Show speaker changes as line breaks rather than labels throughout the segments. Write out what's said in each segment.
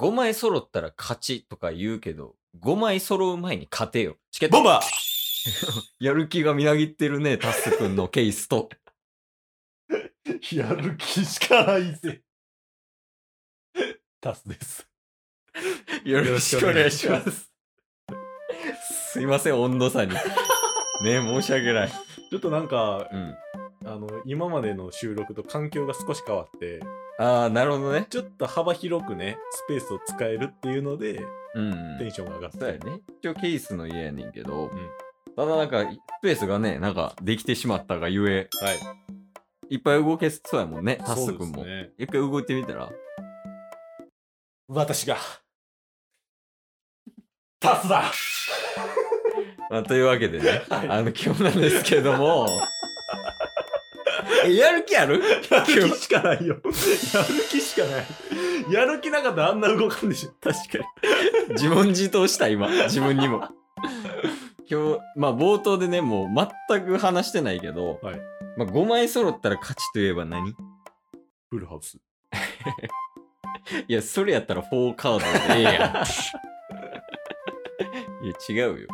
5枚揃ったら勝ちとか言うけど、5枚揃う前に勝てよ。チケッ
ボン
ト
バー
やる気がみなぎってるね、タッスくんのケース と。
やる気しかないぜ。タスです。
よ
ろ
ろ
し
し
く
く
お
お
願
願
い
い
し
し
ま
ます。すいません、温度差に。ね申し訳ない。
ちょっとなんか、
うん。
あの、今までの収録と環境が少し変わって、
ああ、なるほどね。
ちょっと幅広くね、スペースを使えるっていうので、
うん、
テンションが上がって。
そうやね。一応ケースの家やねんけど、
ん
ただなんか、スペースがね、なんか、できてしまったがゆえ、
はい。
いっぱい動けそうやもんね、タッ
そ
ス
うで
く
す
んも。
ね。
一回動いてみたら
私が、タスだ
まあ、というわけでね、
はい
あの、今日なんですけども、 えやる気ある
やる気しかないよ。やる気しかない。やる気なかったらあんな動かんでしょ。
確かに。自問自答した、今。自分にも。今日、まあ冒頭でね、もう全く話してないけど、
はい
まあ5枚揃ったら勝ちといえば何い
フルハウス。
や、それやったら4カード でええやん。いや、違うよ。やっ
え、なんす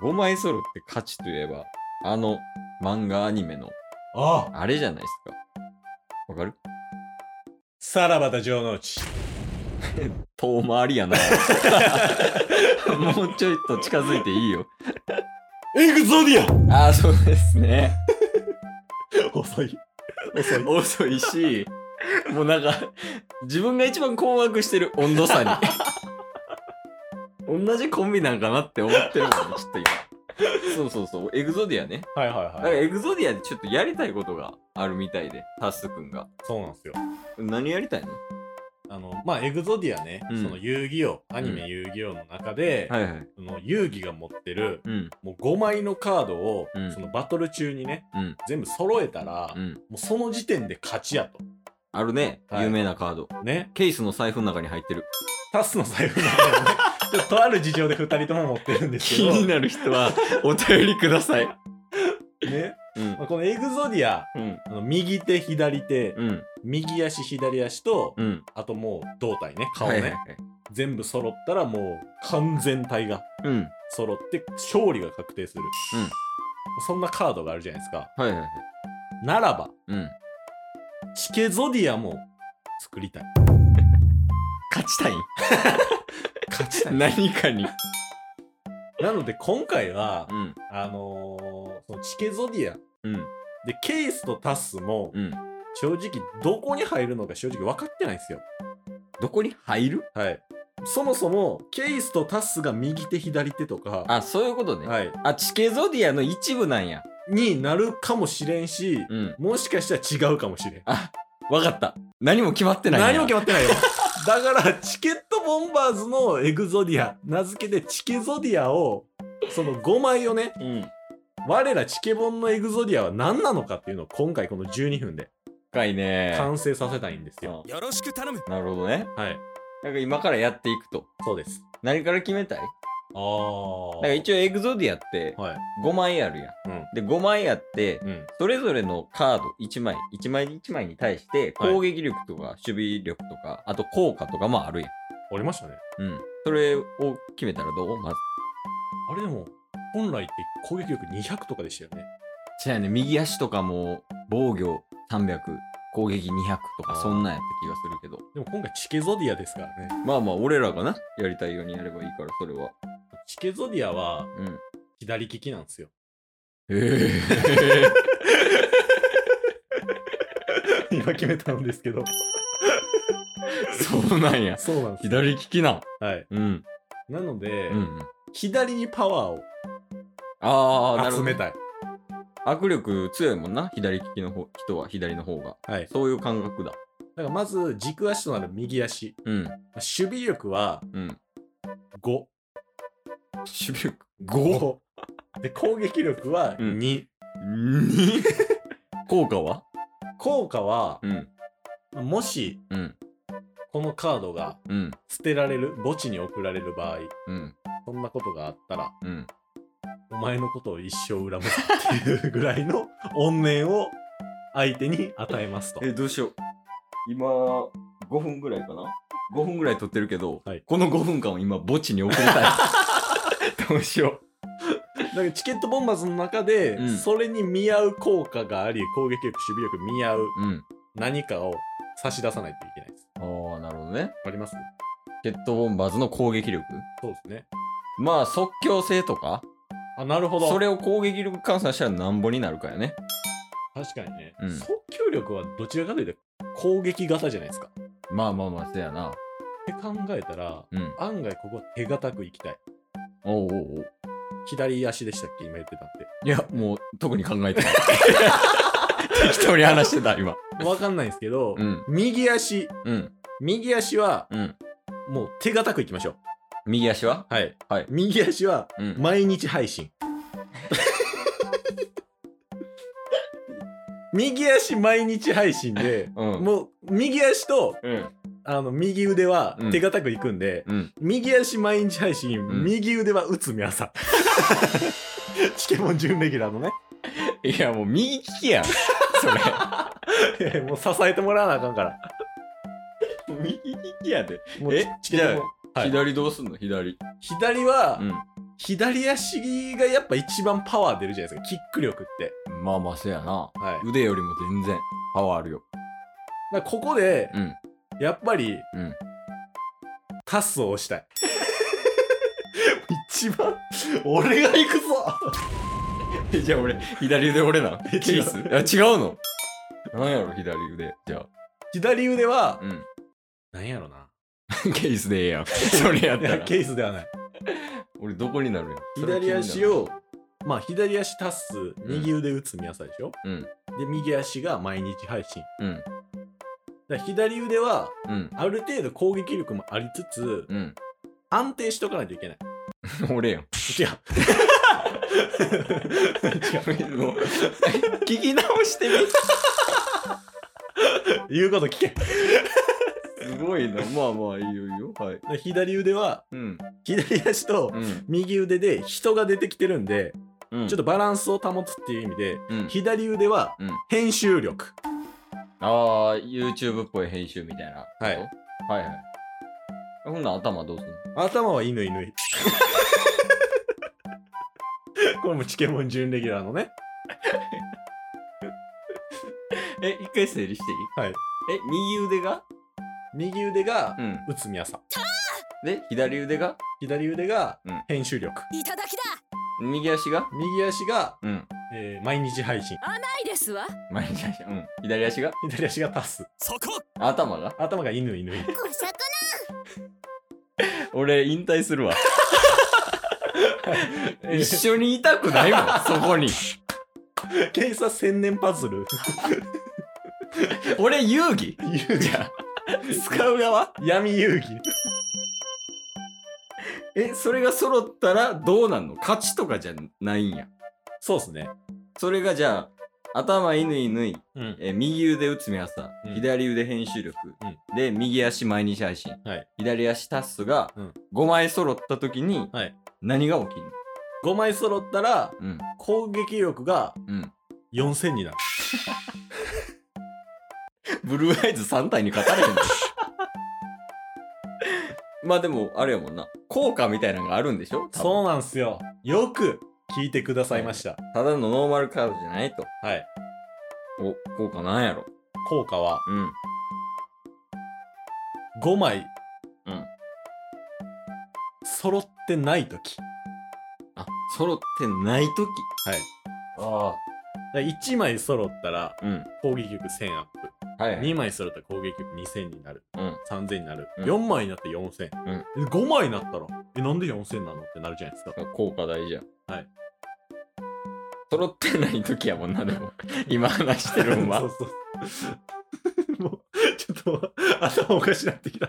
ぱ5枚揃って勝ちといえば、あの漫画アニメの、
ああ
あれじゃないですか。わかる
さらばだ、城之内。
遠回りやな。 もうちょいと近づいていいよ。
エグゾディア
ああ、そうですね。
遅い。
遅いし、もうなんか、自分が一番困惑してる温度差 に。同じコンビなんかなって思ってるもんね、ちょっと今。そうそうそう、エグゾディアね。
はい
だ
は
か
い
ら
はい。
エグゾディアでちょっとやりたいことがあるみたいで、タスくんが。
そうなんですよ。
何やりたいの
あの、まあ、エグゾディアね、
うん
その遊戯王、アニ
う
メ遊戯王の中で、
はいはい。
その遊戯が持ってる、
うん、
もう5枚のカードを、
うん
そのバトル中にね、
うん、
全部揃えたら、
う
も
ん。
うその時点で勝ちやと。
あるね、
はい
有名なカード。
ね。
ケースの財布の中に入ってる。
タスの財布なんだよね。 ちょっととある事情で2人とも持ってるんですけ
気
ど、
になる人はお便りください。
ね。
うん
まあ、このエグゾディア、
うん
あの右手、左手、
うん
右足、左足と、
うん
あともう胴体ね、顔ね。
はいはいはい
全部揃ったらもう完全体が
うん
揃って勝利が確定する、
うん
そんなカードがあるじゃないですか
はいはいはい
ならば
うん
チケゾディアも作りたい
勝ちた いん
勝ちたい
何かに
なので今回は
うん
あのーそのチケゾディア
うん
でケースとタスも
うん
正直どこに入るのか正直分かってないんですよ
どこに入る
はいそもそもケースとタスが右手左手とか
あそういうことね、
はい
あ地形ゾディアの一部なんや
になるかもしれんし、
うん
もしかしたら違うかもしれん
あわかった何も決まってない
何も決
ま
まってないよ。だから、チケットボンバーズのエグゾディア、名付けてチケゾディアを、その5枚をね、
うん
我らチケボンのエグゾディアは何なのかっていうのを今回この12分で
深いね
完成させたいんですよ。
よろしく頼むなるほどね
はい、
なんか今からやっていくと
そうです。
何から決めたい
あ
だ
あ。
から一応エグゾディアって
はい。
5枚あるやん、
うん
で5枚あって
うん。
それぞれのカード1枚1枚1枚に対して
はい
攻撃力とか守備力とかあと効果とかもあるやん
ありましたね。
うん。それを決めたらどうまず。
あれでも、本来って攻撃力200とかでしたよね。
違うね、右足とかも防御300、攻撃200と
あ
か
ー
そんなんやった気がするけど。
でも今回チケゾディアですからね。
まあまあ、俺らがな、やりたいようにやればいいから、それは。
チケゾディアは
うん。
左利きなんですよ。
え
今決めたんですけど。
えそうなんや。
そうなんですよ。
左利きな。
はい。
うん。
なので、
うんうん。
左にパワー
ああ、な
を
る
集
ほ
め
ど。
たい。
握力強いもんな、左利きの方人は左の方が。
はい。だ
そういう感覚だ。
からまず軸足となる右足。
うん。
守備力は
うん。
5。
守備力。
で、攻撃力は
うん
2。
に効果は
効果は、
うん。
もし
うん。
このカードが
うん。
捨てられる、墓地に送られる場合、
うん。
そんなことがあったら、
うん。
お前のことを一生恨むっていうぐらい の怨念を相手に与えますと。
え、どうしよう。今、5分ぐらいかな5分ぐらい撮ってるけど、
はい
この5分間を今墓地に送りたい どうしよ
だからチケットボンバーズの中で、
うん
それに見合う効果があり攻撃力守備力見合う
ううん
何かを差し出さないといけないです
ああなるほどね
わかります
チケットボンバーズの攻撃力
そうですね
まあ即興性とか
あなるほど
それを攻撃力換算したらなんぼになるかやね
確かにね、
うん
即興力はどちらかというと攻撃型じゃないですかっ
まあまあまあせやな
て考えたら
うん
案外ここ手堅くいきたい
おうおうおう
左足でしたっけ今言ってたっ
いやもう特に考えてない 適当に話してた今
てわかんないんですけど、
うん
右足
うん
右足は
うん
もう手堅くいきましょ
右足は
うはい、
はい
右足は
うん
毎日配信 右足毎日配信で
うん
もう右足と
うん
あの右腕は
うん
手堅くいくんで、
うん
右足毎日配信、
ん
右腕は内海朝 チケモン準レギュラーのね
いやもう右利きやんそれ
いやもう支えてもらわなあかんから
右利きやで
もう
え
チケモンはい
左どうすんの左
左は、
うん
左足がやっぱ一番パワー出るじゃないですかキック力って
まあまあせやな
はいだか
腕よりも全然パワーあるよ
らここで、
うん
やっぱ
う
り、
ん
タスを押したい 一番俺が行くぞ
えじゃあ俺、左腕俺なん
え違う
ケースいや、違うの。なんやろ、左腕。じゃ
左腕は
あ。、うん。
なんやろな
ケースでええやん。 それやっ
い
た
や
ら。
ケースではない
俺、どこになるやん。
左足をまあ左足タス右腕打つ宮さでしょ、
うん
で右足が毎日配信
それ気になる。
だから左腕は
うん。
ある程度攻撃力もありつつ、
うん。
安定しとかないといけない
うん。 俺やん。
違う
もう、聞き直してみ
言うこと聞け
すごいな。まあまあ、いいよいいよ。はい。
左腕は
うん。
左足と
うん。
右腕で人が出てきてるんで、
うん。
ちょっとバランスを保つっていう意味で
うん。
左腕は
うん
編集力、
ああ、YouTube っぽい編集みたいなこと。
はい
はいはい。ほんなら頭どうすんの
頭は 犬犬これもチケモン準レギュラーのね
え、一回整理していい
はい。
え、右腕が
右腕が
うん。
内海朝
で、左腕が
左腕が
うん
編集力、
いただきだ
右足が
右足が、
うん。
えー毎日配信
ないですわ
前に出したうん。 左足が
左足がタス
そこ
頭が
頭が 犬犬
小魚
俺、引退するわ。 一緒にいたくないも ん、そこに。
警察千年パズ ル
俺、遊戯
遊
じ
戯
ゃあ、使う側
闇遊戯
え、それが揃ったらどうなんの勝ちとかじゃないんや。
そうっすね
それがじゃあ、頭犬犬い、
うん
え右腕打つ目朝、
うん
左腕編集力、で、右足毎日配信、
はい
左足タッスが
うん
5枚揃った時に、
はい
何が起きんの
5枚揃ったら
うん、
攻撃力が
うん。
4000になる
ブルーアイズ3体に勝たれへん でまあでも、あれやもんな。効果みたいなのがあるんでしょ多分
そうなんすよよく聞いてくださいました
ただのノーマルカードじゃないと。
はい
お、効果なんやろ。
効果は
うん。
5枚
うん
揃ってない時
あ、揃ってないとき。
はい
あ
1枚揃ったら
あ。うん。
攻撃力1000アップ
はい、はい。
2枚揃ったら攻撃力2000になる、
うん
3000になる、
うん
4枚になって4000、え5枚になったらえなんで4000なのってなるじゃないですか
効果大事や。
はい。
揃ってないときやもんな、で も。今話してるもん
そ
は
う。そうも うちょっと頭おかしなってきた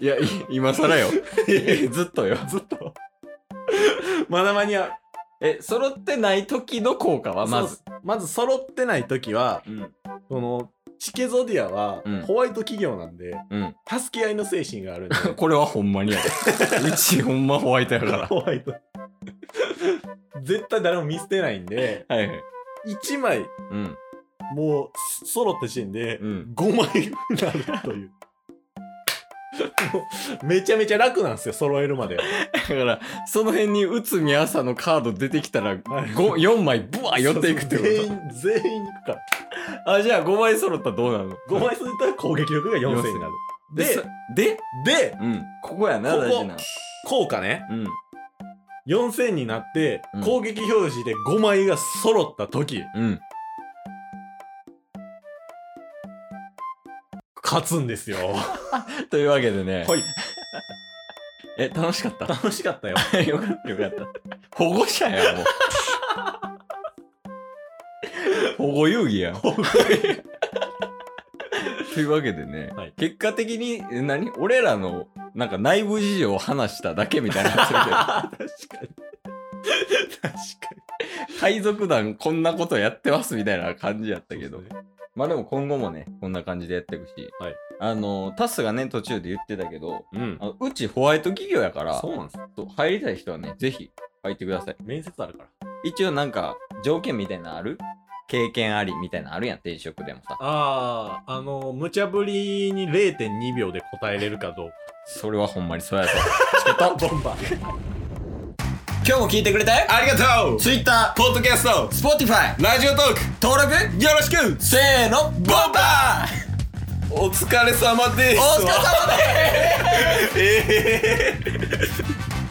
いや、い今更よ。 ずっとよ。
ずっとまだ間に合う
え、揃ってないときの効果はまず
そ。うまず揃ってない時は
うん。
このチケゾディアは
うん
ホワイト企業なんで、
うん。
助け合いの精神があ るんで
これはほんまにやで。 うちほんまホワイトやから。
ホワイト 絶対誰も見捨てないんで
はいはい。
1枚
うん。
もう揃ったシーンで
うん
5枚になるという。もうめちゃめちゃ楽なんですよ、揃えるまで。
だから、その辺に内海朝のカード出てきたら、ご4枚ブワー寄っていくって
全
こ
員、全員に行くから。
と。あ、じゃあ5枚揃ったらどうなの
5枚すると攻撃力が4000になる。
で、
で
さ、で、
で、
うん。ここやな、
ここ
大事な。
効果ね。
うん。
4000になって
うん、
攻撃表示で5枚が揃った時、
うん。
勝つんですよ。
というわけでね、
はい。
え、楽しかった
楽しかったよ。
よかったよかった。保護者や、 もう。保護遊戯や。というわけでね、
はい
結果的に、え何俺らの、なんか内部事情を話しただけみたいになってるけど。
確かに。確かに。
海賊団こんなことやってますみたいな感じやったけど、
そうですね
まあでも今後もねこんな感じでやっていくし、
はい
あのタスがね途中で言ってたけど
うん
あ。のうちホワイト企業やから
そうなんです
そう入りたい人はねぜひ入ってください
面接あるから。
一応なんか条件みたいなのある経験ありみたいなのあるやん転職でもさ
ああ、あの、無茶ぶりに0.2秒で答えれるかどう
それはほんまにそうやぞ
か。ボンバー。
今日も聞いてくれて
ありがとう
Twitter、
ポッドキャスト、
Spotify
ラジオトーク、
登録
よろしく
せーのボンバー
お疲れ様です
お疲れ様です
ええ